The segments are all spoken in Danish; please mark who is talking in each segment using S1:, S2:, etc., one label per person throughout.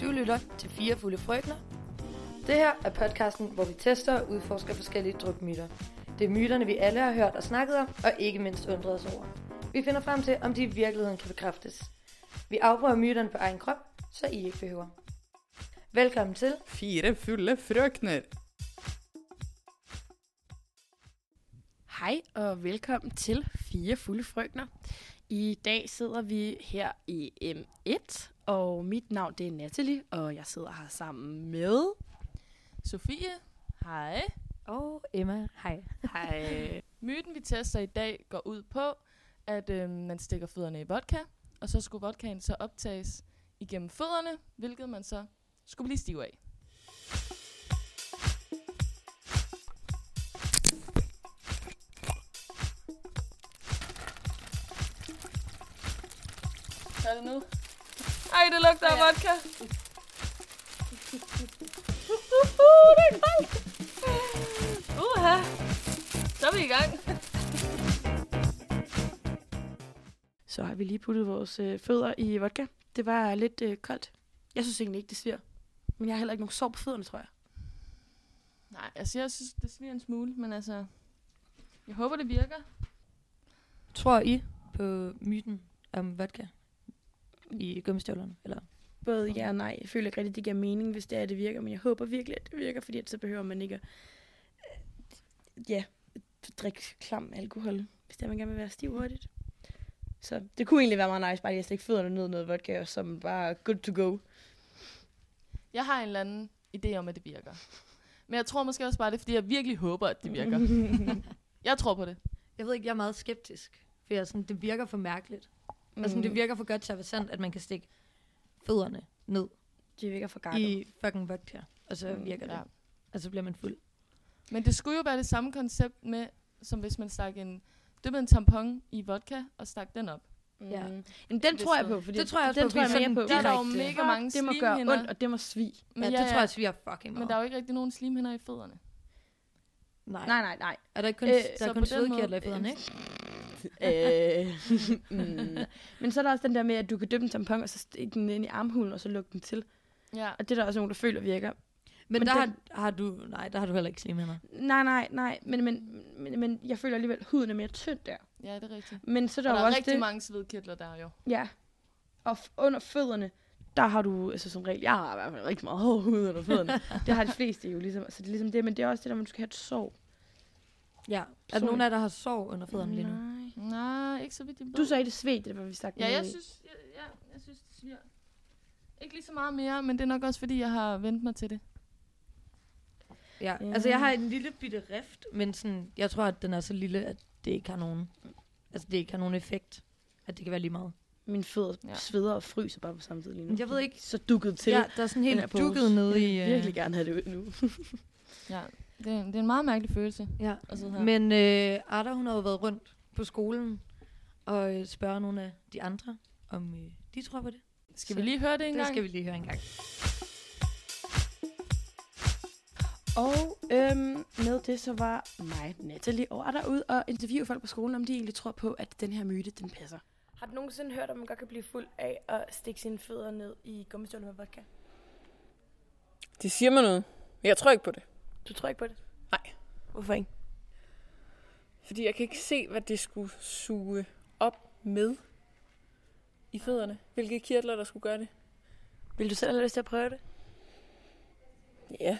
S1: Du lytter til Fire Fulde Frøkner. Det her er podcasten, hvor vi tester og udforsker forskellige drukmyter. Det er myterne, vi alle har hørt og snakket om, og ikke mindst undret os over. Vi finder frem til, om de i virkeligheden kan bekræftes. Vi afprøver myterne på egen krop, så I ikke behøver. Velkommen til.
S2: Fire fulle frøkner.
S3: Hej og velkommen til Fire Fulde Frøkner. I dag sidder vi her i M1, og mit navn det er Natalie, og jeg sidder her sammen med...
S4: Sofie, hej.
S5: Og Emma, hej.
S3: Hej.
S4: Myten, vi tester i dag, går ud på, at øh, man stikker fødderne i vodka, og så skulle vodkaen så optages igennem fødderne, hvilket man så skulle blive stiv af. Gør det nu? Ej, det lugter af vodka. Uh, det er koldt. Uha. Så er vi i gang.
S3: Så har vi lige puttet vores øh, fødder i vodka. Det var lidt øh, koldt. Jeg synes egentlig ikke, det sviger. Men jeg har heller ikke nogen sår på fødderne, tror jeg.
S4: Nej, altså jeg synes, det sviger en smule, men altså... Jeg håber, det virker.
S1: Tror I på myten om vodka i gummistøvlerne? Eller?
S3: Både ja og nej. Jeg føler ikke rigtigt, det giver mening, hvis det er, det virker. Men jeg håber virkelig, at det virker, fordi at så behøver man ikke at... øh, Ja, drikke klam alkohol, hvis det er, man gerne vil være stiv hurtigt. Så det kunne egentlig være meget nice, bare lige at stikke fødderne ned i noget vodka, og som bare good to go.
S4: Jeg har en eller anden idé om, at det virker. Men jeg tror måske også bare, det er, fordi jeg virkelig håber, at det virker.
S3: Mhm.
S4: jeg tror på det.
S1: Jeg ved ikke, jeg er meget skeptisk, for jeg er sådan, det virker for mærkeligt. Mm. Altså, det virker for godt til at være sandt, at man kan stikke fødderne ned
S3: Det virker for gakket.
S1: i fucking vodka, og så virker det.
S4: Ja.
S1: Og så bliver man fuld.
S4: Men det skulle jo være det samme koncept med, som hvis man stak en, det med en tampon i vodka og stak den op.
S3: Mm.
S1: Ja.
S3: Jamen, den tror jeg på, fordi
S1: Det tror jeg også
S3: den
S1: på,
S3: tror jeg
S1: fordi sådan
S3: mere på.
S4: Der er der jo
S1: Direkte.
S4: mega mange
S3: det må gøre
S4: slimhinder.
S3: ondt, og det må svi.
S1: Men ja, det tror jeg også, vi har fucking
S4: men
S1: meget.
S4: der er jo ikke rigtig nogen slimhinder i fødderne.
S1: Nej.
S3: Nej, nej, nej.
S1: Er der ikke kun,
S3: Øh,
S1: øh, der
S4: så
S1: er kun
S4: på den
S1: svedkirtler i
S4: måde-
S1: fødderne, ikke?
S3: Øh. mm. Men så er der også den der med, at du kan dyppe en tampon, og så stikke den ind i armhulen, og så lukke den til.
S4: Ja.
S3: Og det er der også nogen, der føler virker.
S1: Men,
S3: Men
S1: der
S3: den-
S1: har, har, du, nej, der har du heller ikke slimhinder.
S3: Nej, nej, nej. Men, men, men, men jeg føler alligevel, at huden er mere tynd der.
S4: ja, det er rigtigt.
S3: Men så er
S4: Der
S3: der,
S4: og
S3: der
S4: der
S3: jo
S4: er
S3: også
S4: rigtig
S3: det.
S4: det. mange svedkirtler der jo.
S3: Ja. Og f- under fødderne, der har du, altså som regel, jeg har i hvert fald rigtig meget hård hud under fødderne. det har de fleste jo ligesom. Så det er ligesom det, men det er også det der, man skal have et sår.
S1: Ja. Er der
S3: Sorry.
S1: nogen af jer, der har sår under fødderne lige nu?
S4: Nej, ikke så vidt jeg ved.
S3: Du sagde det sved, det var vi sagt.
S4: Ja, jeg synes, ja, ja, jeg synes det sviger. Ikke lige så meget mere, men det er nok også, fordi jeg har vendt mig til det.
S1: Ja.
S3: Ja.
S1: Altså, jeg har en lille bitte rift, men sådan, jeg tror, at den er så lille, at det ikke har nogen, altså, det ikke har nogen effekt. At det kan være lige meget.
S3: Min fødder
S4: Ja.
S3: ja. sveder og fryser bare på samme tid lige nu.
S1: Men jeg ved ikke-
S3: Så dukket Mm. til.
S1: Ja, der er sådan
S3: Den er
S1: helt
S3: på
S1: dukket
S3: os.
S1: nede i...
S3: Jeg
S1: Øh,
S3: vil virkelig gerne have det ud nu.
S4: Ja, det, er- det er en meget mærkelig følelse
S1: Ja.
S4: at sidde her. Men,
S1: Men øh, Arda, hun har jo været rundt på skolen og øh, spørger nogle af de andre, om øh, de tror på det.
S4: skal vi lige høre det en
S1: Det
S4: gang?
S1: skal vi lige høre en gang.
S3: Og øhm, med det så var mig, Natalie, og er derude og interviewe folk på skolen, om de egentlig tror på, at den her myte, den passer.
S6: Har du nogensinde hørt, at man godt kan blive fuld af at stikke sine fødder ned i gummistøvler med vodka?
S7: Det siger mig noget. Men jeg tror ikke på det.
S6: Du tror ikke på det?
S7: Nej.
S6: Hvorfor ikke?
S7: Fordi jeg kan ikke se, hvad det skulle suge op med i fødderne. Hvilke kirtler, der skulle gøre det.
S6: Vil du selv have lyst til at prøve det?
S7: Ja,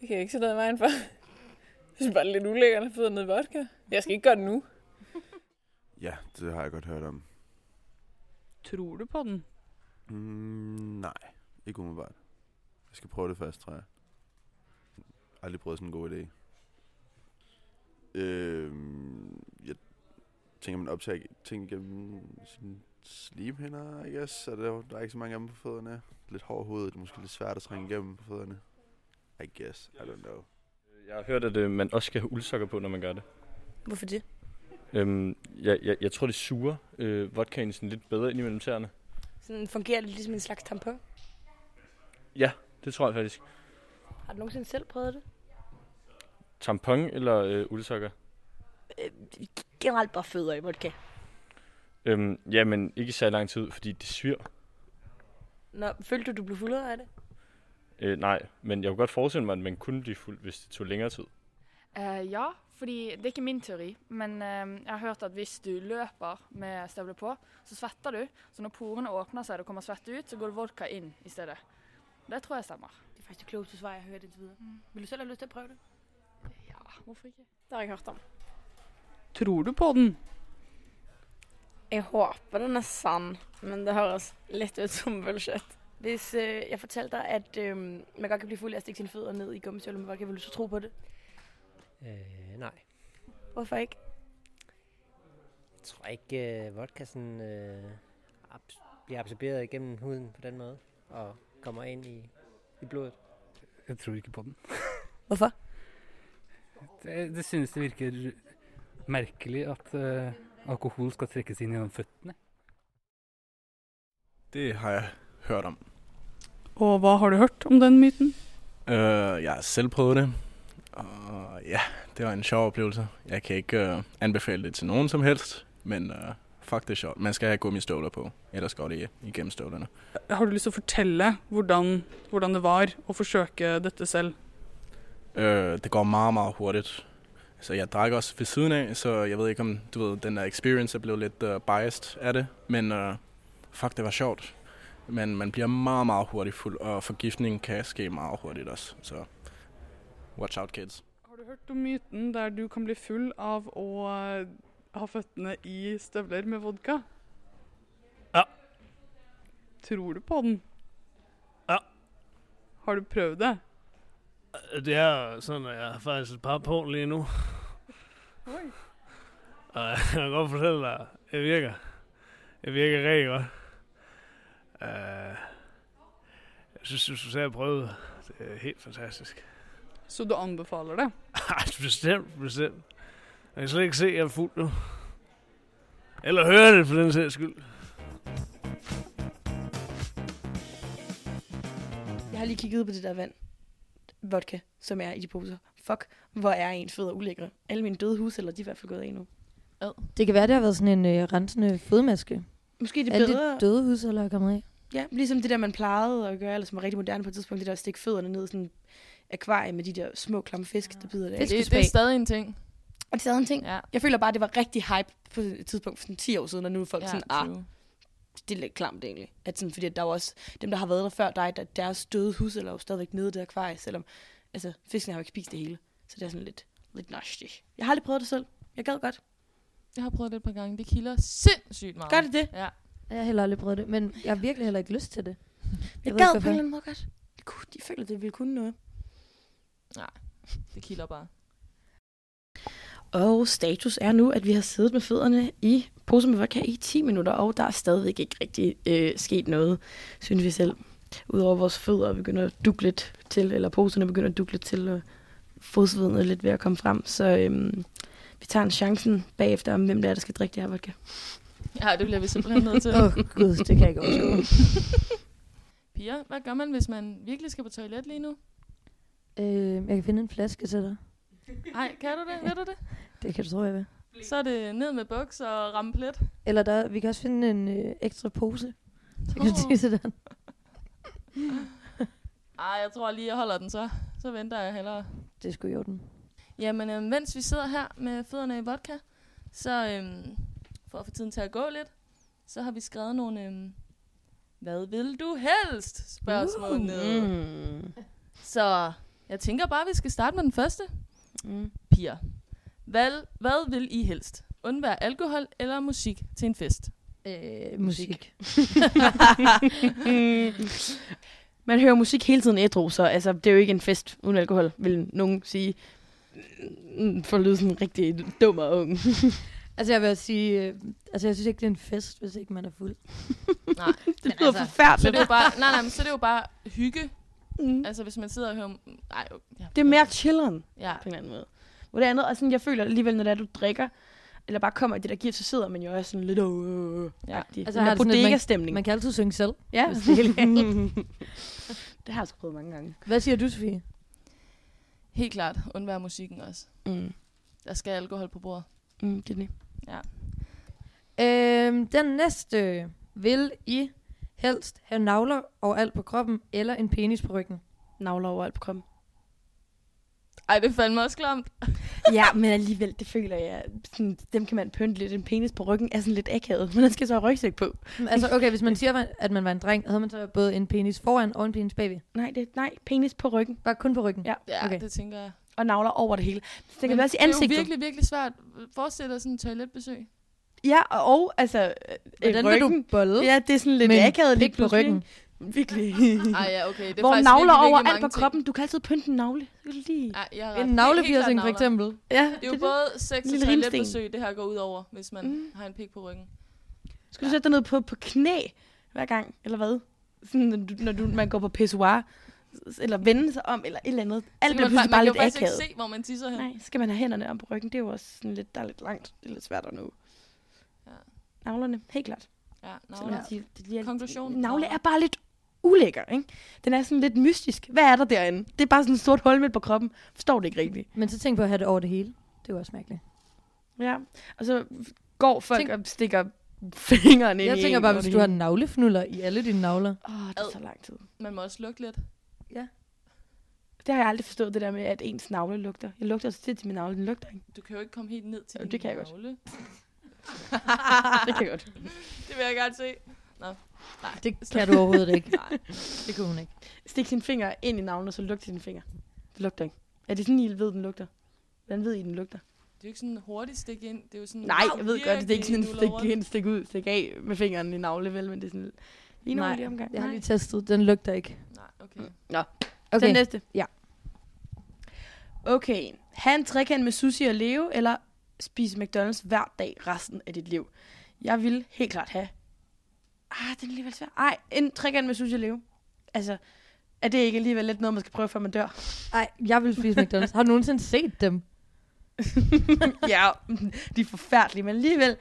S7: det kan jeg ikke se noget i vejen for. Jeg synes bare, det er lidt ulækkert at have fødderne ned i vodka. Jeg skal ikke gøre det nu.
S8: Ja, det har jeg godt hørt om.
S2: Tror du på den?
S8: Mm, nej, ikke umiddelbart. Jeg skal prøve det først, tror jeg. Aldrig prøvet sådan en god idé. Øhm, jeg tænker, man optager ting gennem sine slimhænder, I guess. Er der, der er ikke så mange af dem på fødderne. Lidt hård hoved, det er måske lidt svært at trænge igennem på fødderne. I guess, I don't know.
S9: Jeg har hørt, at øh, man også skal have uldsokker på, når man gør det.
S6: Hvorfor det?
S9: Øhm, jeg, jeg, jeg tror, det suger øh, vodkaen sådan lidt bedre ind imellem tæerne.
S6: Sådan fungerer det ligesom en slags tampon.
S9: Det tror jeg faktisk.
S6: Har du nogensinde selv prøvet det?
S9: Tampon eller øh, uldsokker?
S6: Generelt bare fødder i vodka.
S9: Øhm, ja, men ikke i særlig lang tid, fordi det svir.
S6: Nå, følte du, du blev fuldere af det?
S9: Øh, nej, men jeg kunne godt forestille mig, at man kunne blive fuld, hvis det tog længere tid.
S10: Eh, ja, fordi det er ikke min teori, men eh, jeg har hørt at hvis du løper med støvler på, så svetter du. Så når porene åpner seg og det kommer svette ut, så går det vodka inn i stedet. Det tror jeg stemmer.
S6: Det er faktisk det klogeste svar, jeg har hørt indtil videre. Mm. Vil du selv have lyst til at prøve det?
S10: Ja, hvorfor ikke?
S6: Det har jeg ikke hørt om.
S2: Tror du på den?
S6: Jeg håber, den er sand, men det høres lidt ud som bullshit. Hvis øh, jeg fortalte dig, at øh, man godt kan blive fuld af at stikke sine fødder ned i gummistøvler med vodka, vil du så tro på det?
S11: Øh, nej.
S6: Hvorfor ikke?
S11: Jeg tror ikke, øh, vodka sådan, øh, abs- bliver absorberet igennem huden på den måde, og kommer ind i, i blodet.
S12: Jeg tror ikke på den.
S6: Hvorfor?
S12: Det, det synes det virker merkelig at øh, alkohol skal trekkes inn gjennom føttene.
S13: Det har jeg hørt om.
S2: Og hvad har du hørt om den myten?
S13: Øh, jeg har selv prøvet det, og ja, det var en sjov oplevelse. Jeg kan ikke øh, anbefale det til nogen som helst, men øh, fuck det er sjovt. Man skal have gummistøvler på, ellers går det igennem støvlerne.
S2: Har du lyst til å fortelle hvordan, hvordan det var å forsøke dette selv?
S13: Øh, det går meget, meget hurtigt. Så jeg drak også ved siden af, så jeg ved ikke om, du ved, den der experience er blevet lidt uh, biased af det, men uh, fuck, det var sjovt. Men man bliver meget, meget hurtigt fuld, og forgiftning kan ske meget hurtigt også, så watch out kids.
S2: Har du hørt om myten der du kan bli full av å eh, ha føttene i støvler med vodka?
S12: Ja.
S2: Tror du på den?
S12: Ja.
S2: Har du prøvd det?
S12: Eh, Det er sådan, at jeg har faktisk et par på lige nu.
S2: Oi.
S12: Og jeg kan godt fortælle dig, at det virker. Det virker rigtig godt. Uh, jeg synes, du skulle selv prøve det. Det er helt fantastisk.
S2: Så du anbefaler det?
S12: Ej, bestemt, bestemt. Jeg kan slet ikke se, at jeg er fuld nu. Eller høre det, for den sags skyld.
S3: Jeg har lige kigget ud på det der vand. Vodka, som er i de poser. Fuck, hvor er ens fødder ulækre. Alle mine døde hus, eller de er i hvert fald gået af nu.
S1: Det kan være, det har været sådan en øh, rensende fodmaske.
S3: Måske er det
S1: Alle
S3: bedre...
S1: de døde hus, eller er kommet af.
S3: Ja, ligesom det der, man plejede at gøre, eller som var rigtig moderne på et tidspunkt, det der at stikke fødderne ned i sådan et akvarie med de der små klamme fisk, der bider det af.
S4: Det, det, det er stadig en ting.
S3: Og det er stadig en ting.
S4: Ja.
S3: Jeg føler bare, at det var rigtig hype på et tidspunkt for sådan 10 år siden, og nu er folk
S4: ja,
S3: sådan, ah,
S4: true.
S3: det er lidt klamt egentlig. At sådan, fordi at der er jo også dem, der har været der før dig, der, deres døde hus er jo stadigvæk nede i det akvarie, selvom altså, fiskene har jo ikke spist det hele. Så det er sådan lidt, lidt nasty. Jeg har aldrig prøvet det selv. Jeg gad godt.
S4: Jeg har prøvet det et par gange. Det kilder sindssygt meget.
S3: Gør det det?
S4: Ja.
S1: Jeg har heller aldrig prøvet det, men jeg har virkelig heller ikke lyst til det.
S3: Jeg,
S1: ved ikke,
S3: gad på en eller
S1: hvorfor.
S3: anden måde godt. Jeg kunne- Jeg føler, det ville kunne noget.
S4: Det kilder bare.
S3: Og status er nu, at vi har siddet med fødderne i poser med vodka i 10 minutter, og der er stadigvæk ikke rigtig øh, sket noget, synes vi selv. Udover vores fødder begynder at dukke lidt til, eller poserne begynder at dukke lidt til, og fodsveden er lidt ved at komme frem. Så øhm, vi tager en chancen bagefter, om hvem det er, der skal drikke det her vodka.
S4: Ja, det bliver vi simpelthen nødt til.
S1: Åh oh, gud, det kan jeg ikke overskue.
S4: Piger, hvad gør man, hvis man virkelig skal på toilet lige nu?
S1: øh, jeg kan finde en flaske til dig.
S4: Nej, kan du det? Ved du det?
S1: Det kan du tro, jeg vil.
S4: Så er det ned med buks og ramme plet.
S1: Eller der, vi kan også finde en øh, ekstra pose. Så kan
S4: Åh.
S1: du tisse den.
S4: Ej, jeg tror lige, jeg holder den så. Så venter jeg hellere.
S1: Det er sgu i orden.
S4: Jamen, øh, mens vi sidder her med fødderne i vodka, så øhm, for at få tiden til at gå lidt, så har vi skrevet nogle, øhm, hvad vil du helst? spørgsmål uh, ned.
S3: Mm.
S4: Så jeg tænker bare, at vi skal starte med den første.
S3: Mm.
S4: Piger, hvad, hvad vil I helst? Undvære alkohol eller musik til en fest?
S1: Øh, musik.
S3: Man hører musik hele tiden ædru, så altså, det er jo ikke en fest uden alkohol, vil nogen sige. Mm, For at lyde sådan rigtig dum og ung.
S1: altså jeg vil også sige, øh, altså jeg synes ikke, det er en fest, hvis ikke man er fuld.
S4: Nej,
S3: Det
S1: Men
S3: lyder
S1: altså,
S4: så er
S3: forfærdeligt.
S4: det jo bare, nej, nej, men så er det jo bare hygge.
S3: Mm.
S4: Altså, hvis man sidder og hører... Nej, ja,
S3: Det er mere chilleren.
S4: Ja,
S3: på en eller anden måde. Hvor det andet, og sådan, jeg føler alligevel, når det er, du drikker, eller bare kommer i det der gear, så sidder man jo også sådan lidt øh,
S4: Ja.
S3: ja. altså,
S1: Altså,
S3: den
S1: har det sådan
S3: der
S1: lidt, man-
S3: bodega-stemning.
S1: Man kan altid synge selv.
S3: ja.
S1: hvis det er helt
S3: det har jeg sgu prøvet mange gange.
S1: Hvad siger du, Sofie?
S4: helt klart. Undvære musikken også.
S3: Mm.
S4: Der skal alkohol på bordet.
S3: Mm, det er det.
S1: Øhm, den næste. Vil I Helst have navler overalt på kroppen, eller en penis på ryggen.
S3: Navler overalt på kroppen.
S4: Ej, det er fandme også klamt.
S3: ja, men alligevel, det føler jeg. Sådan, dem kan man pynte lidt. En penis på ryggen er sådan lidt akavet, men den skal så have rygsæk på.
S1: Men Altså, okay, hvis man siger, at man var en dreng, havde man så både en penis foran og en penis bagved?
S3: Nej, det, nej penis på ryggen.
S1: Bare kun på ryggen?
S3: Ja,
S4: Ja, okay. det tænker jeg.
S3: Og navler over det hele. Så det kan
S4: Men
S3: være også i
S4: Det er
S3: ansigtet.
S4: jo virkelig, virkelig svært. Forestil dig sådan en toiletbesøg.
S3: Ja, og, og altså... øh,
S4: Hvordan vil du bolle
S3: Ja, det er sådan lidt
S4: med en
S3: akavet
S4: pik
S3: lige
S4: på
S3: pludselig,
S4: ryggen?
S3: ikke? Virkelig.
S4: Ej, ja, okay. Det er
S3: Hvor
S4: faktisk
S3: navler
S4: virkelig, virkelig
S3: over alt
S4: mange
S3: på
S4: ting.
S3: kroppen. Du kan altid pynte en navle. Så kan du lige...
S4: Ej, jeg har
S1: En
S4: ret. Helt-
S1: navlepiercing,
S4: helt klart
S1: for eksempel.
S4: navler.
S3: Ja,
S4: det er jo
S3: det er
S4: både sex og
S3: Lille rimsten.
S4: toiletbesøg, det her går ud over, hvis man
S3: Mm.
S4: mm. har en pik på ryggen.
S3: Skal du sætte dig ned på, på knæ hver gang, eller hvad? Sådan, når, du, når du, man går på pissoir, s- eller vende sig om, eller et eller andet. Alt
S4: Så
S3: bliver
S4: kan
S3: pludselig bare
S4: man, fa- man kan
S3: lidt
S4: jo faktisk
S3: akavet.
S4: ikke se, hvor man tisser hen.
S3: Nej, så skal man have hænderne om på ryggen. Det er jo også sådan lidt, der er lidt langt. Det er lidt svært at nå.
S4: Ja.
S3: Navlerne, helt klart.
S4: Ja,
S3: Selvom
S4: navler.
S3: de- de er-
S4: Konklusion.
S3: Navle er bare lidt ulækker, ikke? Den er sådan lidt mystisk. Hvad er der derinde? Det er bare sådan et sort hul midt på kroppen. Forstår det ikke rigtigt.
S1: Men så tænk på at have det over det hele. Det er jo også mærkeligt.
S3: Ja, og så går folk Tænk. og stikker fingeren ind
S1: Jeg
S3: i
S1: tænker
S3: en
S1: bare,
S3: og
S1: hvis
S3: det
S1: du har
S3: hele.
S1: navlefnuller i alle dine navler.
S3: Åh, det er så lang tid.
S4: Man må også lugte lidt.
S1: Ja.
S3: Det har jeg aldrig forstået, det der med, at ens navle lugter. Jeg lugter så tit til min navle, den lugter ikke.
S4: Du kan jo ikke komme helt ned til
S3: Jo,
S4: din
S3: det kan jeg godt.
S4: navle.
S3: Det kan jeg godt.
S4: det vil jeg gerne se. Nå. Nej.
S1: Det kan du overhovedet ikke.
S4: Nej.
S1: Det kunne hun ikke.
S3: Stik sine fingre ind i navlen, og så lugter dine fingre. Det lugter ikke. Er det sådan, I ved, den lugter? Hvordan ved I, den lugter?
S4: Det er jo ikke sådan hurtigt stik ind. Det er jo sådan...
S3: Nej,
S4: wow,
S3: jeg ved godt, det er ikke sådan
S4: virkelig,
S3: en
S4: du
S3: stik
S4: lover.
S3: ind, stik ud, stik af med fingeren i navle, vel? Men det er sådan
S1: Nej,
S3: lige nogen lige omgang.
S1: jeg har lige
S3: Nej.
S1: testet. Den lugter ikke.
S4: Nej, okay.
S3: Nå,
S1: Okay.
S3: okay. den næste.
S1: Ja.
S3: Okay, have en trekant med sushi og leve, eller spise McDonald's hver dag resten af dit liv. Jeg vil helt klart have... Ah, den er alligevel svær. Ej, en trekant med sushi og leve. Altså, er det ikke alligevel lidt noget, man skal prøve, før man dør?
S1: Nej, jeg vil spise McDonald's. Har du nogensinde set dem?
S3: ja, de er forfærdelige, men alligevel...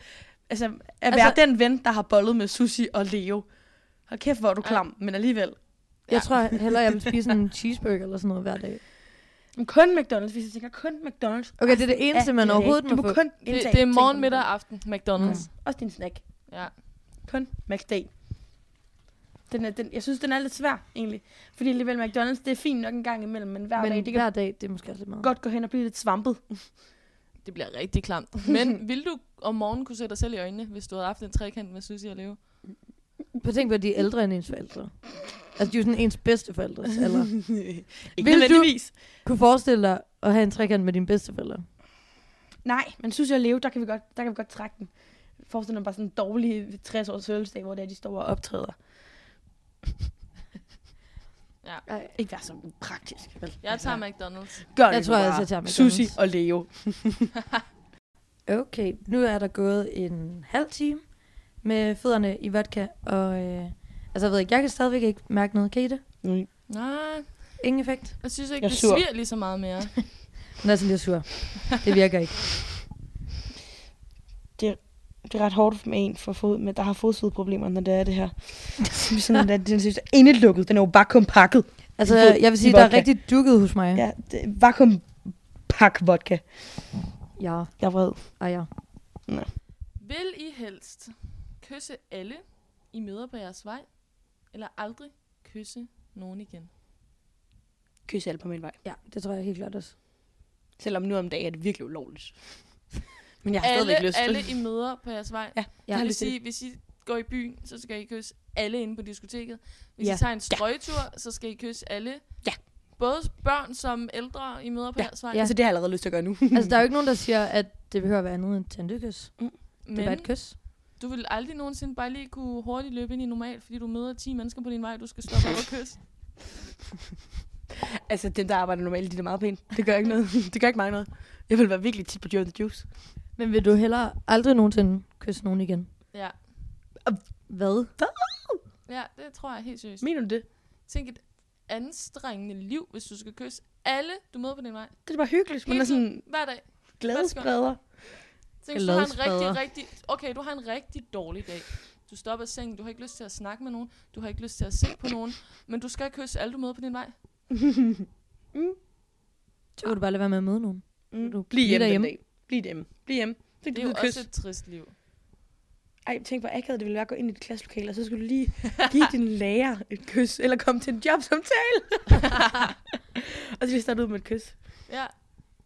S3: Altså, at være
S1: Altså-
S3: den ven, der har bollet med sushi og leo. Hold kæft, hvor er du klam, men alligevel.
S1: Jeg tror hellere, jeg vil spise en cheeseburger eller sådan noget hver dag.
S3: Men kun McDonald's, hvis jeg tænker kun McDonald's.
S1: Okay, det er det
S3: resten
S1: eneste,
S3: af
S1: man
S3: din dag.
S1: overhovedet
S3: du
S1: må
S3: må
S1: få.
S3: kun
S1: Det-
S3: indtage
S4: det er
S3: ting
S4: morgen,
S3: fra
S4: middag
S3: McDonald's.
S4: og aften. McDonald's.
S3: Mm. Også din snack.
S4: Ja.
S3: Kun McDay. Den er, den, jeg synes, den er lidt svær, egentlig. Fordi alligevel McDonald's, det er fint nok en gang imellem, men hver
S1: Men
S3: dag, det kan
S1: hver dag, det er måske også lidt meget.
S3: godt gå hen og blive lidt svampet.
S4: Det bliver rigtig klamt. Men vil du om morgenen kunne se dig selv i øjnene, hvis du havde haft en trekant med Susie og Leo?
S1: På tænk på, at de er ældre end ens forældre. Altså, de er jo sådan ens bedsteforældres alder.
S3: Ikke nødvendigvis.
S1: kunne forestille dig at have en trekant med dine bedsteforældre?
S3: Nej, men synes jeg, Leo, der kan vi godt, der kan vi godt trække den. Forestil dig bare sådan en dårlig 60-års fødselsdag, hvor det er, de står og optræder.
S4: Ja.
S3: Ikke være så praktisk. Vel? Altså,
S4: Jeg tager McDonald's.
S3: Gør
S1: Jeg
S3: det
S1: tror,
S3: nu
S1: jeg også,
S3: bare.
S1: jeg tager
S3: Sushi
S1: McDonald's.
S3: og Leo.
S1: Okay, nu er der gået en halv time med fødderne i vodka, og øh, altså jeg ved ikke, jeg kan stadigvæk ikke mærke noget, kan I det?
S3: Nej.
S4: Nej,
S1: Ingen effekt?
S4: jeg synes ikke,
S1: Jeg er
S4: det
S1: sur.
S4: sviger lige så meget mere.
S1: Den er sådan lidt sur. Det virker ikke.
S3: det er, det er ret hårdt med en, for fod, men der har fodsvedproblemer, når det er det her. Som sådan, at den synes, indelukket, den er jo vakuumpakket.
S1: Altså,
S3: I ved,
S1: jeg vil
S3: i
S1: sige, der er
S3: vodka.
S1: rigtig dukket hos mig.
S3: Ja, det er vakuumpak vodka.
S1: Ja.
S3: Jeg er vred.
S1: Og ja.
S3: Nej.
S4: Vil I helst kysse alle, I møder på jeres vej, eller aldrig kysse nogen igen?
S3: Kys alle på min vej.
S1: Ja, det tror jeg helt klart også.
S3: Selvom nu om dagen er det virkelig ulovligt. Men jeg har
S4: alle,
S3: stadigvæk lyst.
S4: Alle I møder på jeres vej.
S3: Ja, jeg
S4: jeg
S3: har
S4: vil
S3: lyst til
S4: sige, hvis I går i byen, så skal I kysse alle inde på diskoteket. Hvis
S3: Ja.
S4: I tager en strøgetur, så skal I kysse alle.
S3: Ja.
S4: Både børn som ældre, I møder på jeres vej.
S3: Ja. Altså, det har jeg allerede lyst til at gøre nu.
S1: Altså, der er jo ikke nogen, der siger, at det behøver at være andet end tandekys.
S3: Mm.
S1: Det er bare et
S4: Men-
S1: kys.
S4: Du vil aldrig nogensinde bare lige kunne hurtigt løbe ind i normalt, fordi du møder 10 mennesker på din vej, du skal stoppe op og kysse.
S3: altså, dem, der arbejder normalt, de er meget pænt. Det gør ikke noget. det gør ikke mig noget. Jeg vil være virkelig tit på Joe and the Juice.
S1: Men vil du hellere aldrig nogensinde kysse nogen igen?
S4: Ja.
S1: Hvad?
S4: ja, det tror jeg helt seriøst.
S3: Mener du det?
S4: Tænk et anstrengende liv, hvis du skal kysse alle, du møder på din vej.
S3: Det er bare hyggeligt. Man
S4: Hele
S3: er
S4: tiden,
S3: sådan
S4: Hver dag.
S3: glædesspreder.
S4: Tænk, hvis du har en
S3: Gladespreder.
S4: rigtig, rigtig... Okay, du har en rigtig dårlig dag. Du står op af sengen, du har ikke lyst til at snakke med nogen, du har ikke lyst til at se på nogen, men du skal kysse alle, du møder på din vej.
S1: Så kan du bare lade være med at møde nogen.
S3: Mm.
S1: Du
S3: Bliv
S1: bliver
S3: hjemme den dag. Bliv hjemme. Bliv hjemme. Så
S4: Det
S3: kan
S4: er
S3: du
S4: jo
S3: kys.
S4: også et trist liv.
S3: Ej, tænk hvor akavet det ville være at gå ind i et klasselokale, og så skulle du lige give din lærer et kys, eller komme til en jobsamtale. og så lige starte ud med et kys.
S4: Ja,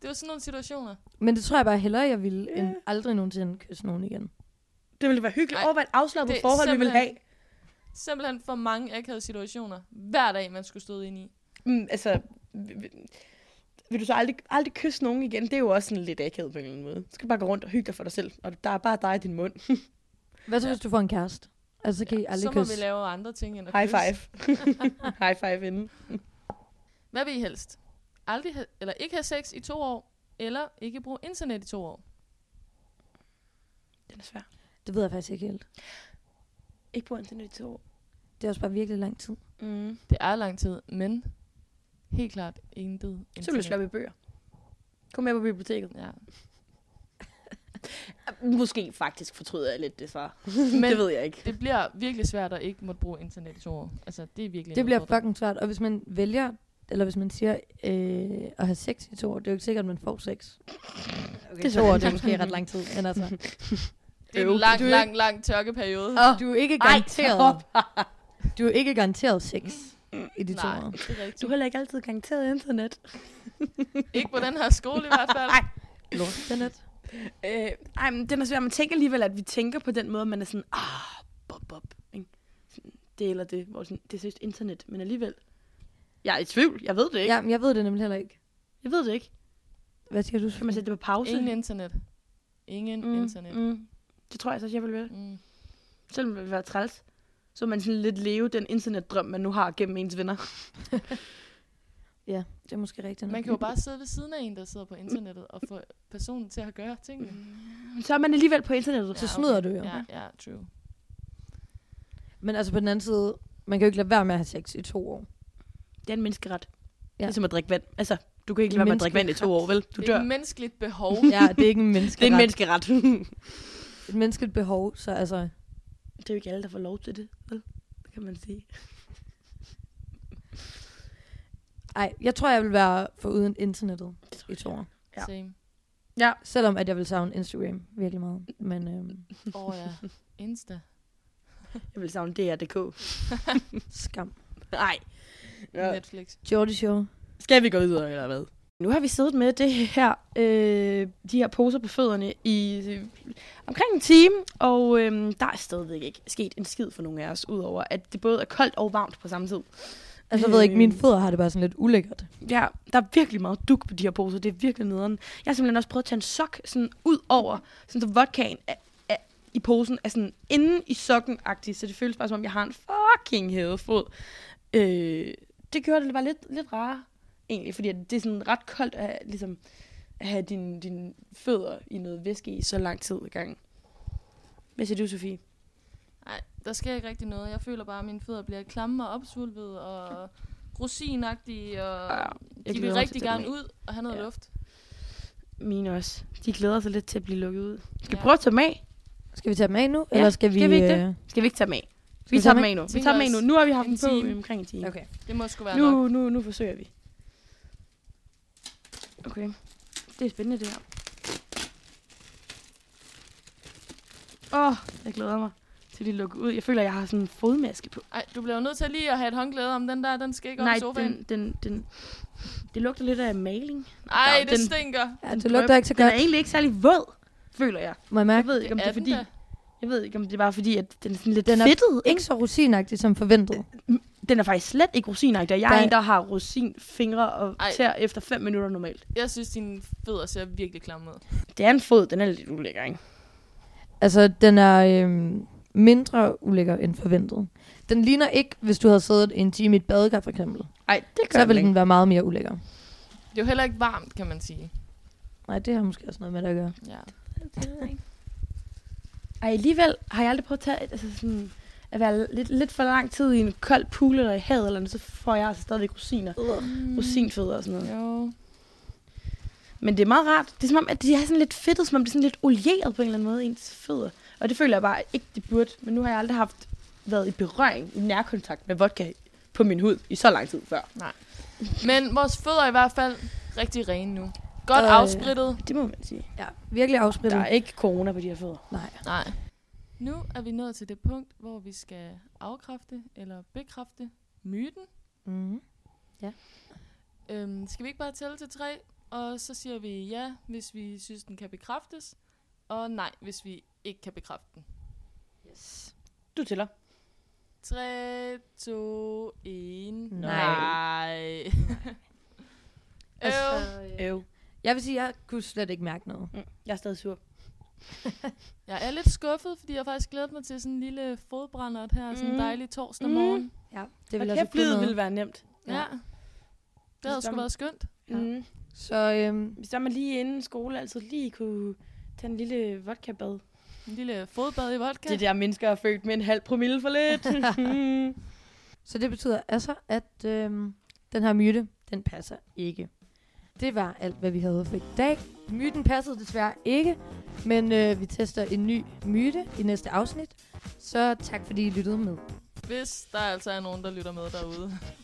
S4: det var sådan nogle situationer.
S1: Men det tror jeg bare hellere, jeg ville, end aldrig nogensinde kysse nogen igen.
S3: Det ville være hyggeligt. Overvej et afslappet
S4: Det er
S3: forhold, vi ville have.
S4: simpelthen- Simpelthen for mange akavede situationer, hver dag, man skulle stå ind i.
S3: Mm, altså, vil, vil- vil du så aldrig, aldrig kysse nogen igen? Det er jo også sådan lidt akavet på en eller anden måde. Så skal du bare gå rundt og hygge dig for dig selv, og der er bare dig i din mund.
S1: Hvad så, hvis du får en kæreste? Altså, så kan I
S4: Så
S1: aldrig
S4: må vi
S1: kysse.
S4: lave andre ting end at
S3: High
S4: kysse.
S3: five. High five inden.
S4: Hvad vil I helst? Aldrig ha- eller ikke have sex i to år, eller ikke bruge internet i to år?
S3: Den er svær.
S1: Det ved jeg faktisk ikke helt.
S3: Ikke på internet i to år.
S1: Det er også bare virkelig lang tid.
S3: Mm.
S4: Det er lang tid, men helt klart intet internet.
S3: Så vil du slappe i bøger. Kom med på biblioteket.
S4: Ja.
S3: Ah, Måske faktisk fortryder jeg lidt det svar.
S4: Men
S3: det ved jeg ikke.
S4: Det bliver virkelig svært at ikke måtte bruge internet i to år. Altså, det er virkelig en
S1: Det bliver
S4: udfordring.
S1: fucking svært. Og hvis man vælger, eller hvis man siger øh, at have sex i to år, det er jo ikke sikkert, at man får sex. Okay, det
S3: er
S1: to år,
S3: sandt.
S1: det er måske ret lang tid. Men altså,
S4: Det er en lang, lang, lang tørkeperiode.
S1: Oh, du er ikke
S4: Ej,
S1: garanteret. du er ikke garanteret sex i de to
S4: Nej,
S1: år.
S4: det er rigtigt.
S3: Du er heller ikke altid garanteret internet.
S4: Ikke på den her skole i hvert fald.
S1: Lort internet.
S3: Øh, ej, men den er svær. Man tænker alligevel, at vi tænker på den måde, man er sådan, ah, bob, bob. Ikke? Sådan, Det eller det, hvor sådan, det er seriøst internet, men alligevel. Jeg er i tvivl, jeg ved det ikke.
S1: Ja, men jeg ved det nemlig heller ikke.
S3: Jeg ved det ikke.
S1: Hvad siger du?
S3: Kan man sætte det på pause?
S4: Ingen internet. Ingen mm. internet.
S3: Mm. Det tror jeg så, også, jeg vil vælge.
S4: Mm.
S3: Selvom det vil være træls, så vil man sådan lidt leve den internetdrøm, man nu har gennem ens venner.
S1: Ja, det er måske rigtigt. nok.
S4: Man kan jo bare sidde ved siden af en, der sidder på internettet, og få personen til at gøre tingene.
S3: Men så er man alligevel på internettet.
S1: Så snyder du jo.
S4: Ja, ja, true.
S1: Men altså på den anden side, man kan jo ikke lade være med at have sex i to år.
S3: Det er en menneskeret.
S1: Ja.
S3: Ja. Ligesom at drikke vand. Altså, du kan ikke lade være med at drikke vand i to år, vel? Du
S4: det er
S3: dør.
S4: et menneskeligt behov.
S1: Ja, det er ikke en menneskeret.
S3: Det er en menneskeret.
S1: Et menneskeligt behov, så altså...
S3: det er jo ikke alle, der får lov til det, vel? Det kan man sige.
S1: Ej, jeg tror, jeg vil være for uden internettet i to år.
S3: Ja.
S4: Same.
S3: Ja.
S1: Selvom at jeg vil savne Instagram virkelig meget. Men øhm,
S4: Åh oh, ja, Insta.
S3: Jeg vil savne DR.dk.
S1: Skam.
S3: Nej.
S4: Ja. Netflix.
S1: Jordi Show.
S3: Skal vi gå videre, eller hvad? Nu har vi siddet med det her, øh, de her poser på fødderne i øh, omkring en time, og øh, der er stadigvæk ikke sket en skid for nogen af os, udover at det både er koldt og varmt på samme tid.
S1: Altså, jeg ved ikke, mine
S3: Øh,
S1: fødder har det bare sådan lidt ulækkert.
S3: Ja, der er virkelig meget duk på de her poser. Det er virkelig nederen. Jeg har simpelthen også prøvet at tage en sok sådan ud over, sådan så vodkaen er, er, i posen er sådan inde i sokken -agtig, så det føles bare som om, jeg har en fucking hædefod. Øh, det gjorde det bare lidt, lidt rarere, egentlig, fordi at det er sådan ret koldt at, ligesom, at have dine din fødder i noget væske i så lang tid ad gangen. Hvad siger du, Sofie?
S4: Nej, der sker ikke rigtig noget. Jeg føler bare, at mine fødder bliver klamme og opsulpede og rosinagtige, og
S3: Ja,
S4: ja, de vil
S3: glæder mig
S4: rigtig
S3: til den
S4: gerne
S3: dag.
S4: ud og have noget ja.
S3: Ja.
S4: luft.
S3: Mine også. De glæder sig lidt til at blive lukket ud. Skal vi
S4: Ja.
S3: prøve at tage dem af?
S1: Skal vi tage dem af nu? Eller skal vi...
S3: skal vi ikke
S1: øh,
S3: det? Skal vi ikke tage dem af?
S1: Skal
S3: Vi
S1: vi
S3: tager
S1: tage
S3: dem
S1: dem
S3: af nu.
S1: af?
S3: Vi tager dem af nu. Nu har vi haft
S4: En
S3: dem på
S4: time.
S3: i omkring en time.
S1: Okay.
S4: Det må sgu være nok.
S3: Nu, nu, nu forsøger vi. Okay. Det er spændende, det her. Åh, oh, jeg glæder mig til de lukker ud. Jeg føler, jeg har sådan en fodmaske på.
S4: Ej, du bliver jo nødt til lige at have et håndklæde om den der, den skal ikke op
S3: Nej,
S4: i sofaen.
S3: den, den, den, det lugter lidt af maling.
S4: Ej,
S3: Ja,
S4: det stinker.
S1: Ja, det lugter ikke så godt.
S3: Den er egentlig ikke særlig våd, føler jeg.
S1: Må jeg mærke?
S3: Jeg ved ikke, om
S4: Det
S3: det,
S4: er
S3: er
S4: den
S3: fordi...
S4: da.
S3: Jeg ved ikke, om det er bare fordi, at den er sådan lidt
S1: Den er
S3: fedtet.
S1: ikke så rosinagtig som forventet.
S3: Den er faktisk slet ikke rosinagtig, og jeg
S1: Der
S3: er
S1: er-
S3: en, der har rosinfingre og
S4: Ej.
S3: tær efter 5 minutter normalt.
S4: Jeg synes, dine fødder ser virkelig klamme ud.
S3: Det er en fod, den er lidt ulækker, ikke?
S1: Altså, den er øhm, mindre ulækker end forventet. Den ligner ikke, hvis du havde siddet en time i et badekar, for eksempel.
S3: Ej, det gør
S1: Så ville
S3: ikke.
S1: den være meget mere ulækker.
S4: Det er jo heller ikke varmt, kan man sige.
S1: Nej, det har måske også noget med det at gøre.
S4: Ja.
S3: Ej, alligevel har jeg aldrig prøvet at tage, altså sådan, at være lidt, lidt for lang tid i en kold pool eller i havet, eller noget, så får jeg altså stadigvæk rosiner.
S4: Mm.
S3: Rosinfødder og sådan noget.
S4: Jo.
S3: Men det er meget rart. Det er som om, at de er sådan lidt fedtet, som om det er sådan lidt olieret på en eller anden måde, ens fødder. Og det føler jeg bare ikke, det burde. Men nu har jeg aldrig haft været i berøring, i nærkontakt med vodka på min hud i så lang tid før.
S4: Nej. Men vores fødder er i hvert fald rigtig rene nu. Godt
S1: Øh.
S4: afsprittet.
S3: Det må man sige.
S1: Virkelig afsprittet.
S3: Der er ikke corona på de her fødder.
S1: Nej.
S4: Nej. Nu er vi nået til det punkt, hvor vi skal afkræfte eller bekræfte myten.
S1: Mhm.
S5: Mm. Ja.
S4: Øhm, skal vi ikke bare tælle til tre, og så siger vi ja, hvis vi synes, den kan bekræftes, og nej, hvis vi ikke kan bekræfte den. Yes.
S3: Du tæller.
S4: 3, 2, 1.
S1: Nej.
S4: Nej.
S1: Altså,
S4: Øv.
S1: øh, Jeg vil sige, jeg kunne slet ikke mærke noget.
S3: Mm. Jeg er stadig sur.
S4: Jeg er lidt skuffet, fordi jeg faktisk glæder mig til sådan en lille fodbrændert her, sådan en
S3: Mm.
S4: dejlig torsdag
S3: Mm.
S4: morgen.
S1: Ja,
S3: Det ville altså kæft, livet ville være nemt.
S4: Ja. ja. Det havde
S3: Hvis
S4: sgu
S3: man-
S4: været skønt.
S3: Mm.
S1: Så, øhm,
S3: Hvis der man lige inden skole altid lige kunne tage en lille vodka-bad.
S4: En lille fodbad i vodka.
S3: De der mennesker er født med en halv promille for lidt.
S1: Så det betyder altså, at øhm, den her myte, den passer ikke. Det var alt, hvad vi havde for i dag. Myten passede desværre ikke, men øh, vi tester en ny myte i næste afsnit. Så tak fordi I lyttede med.
S4: Hvis der altså er nogen, der lytter med derude.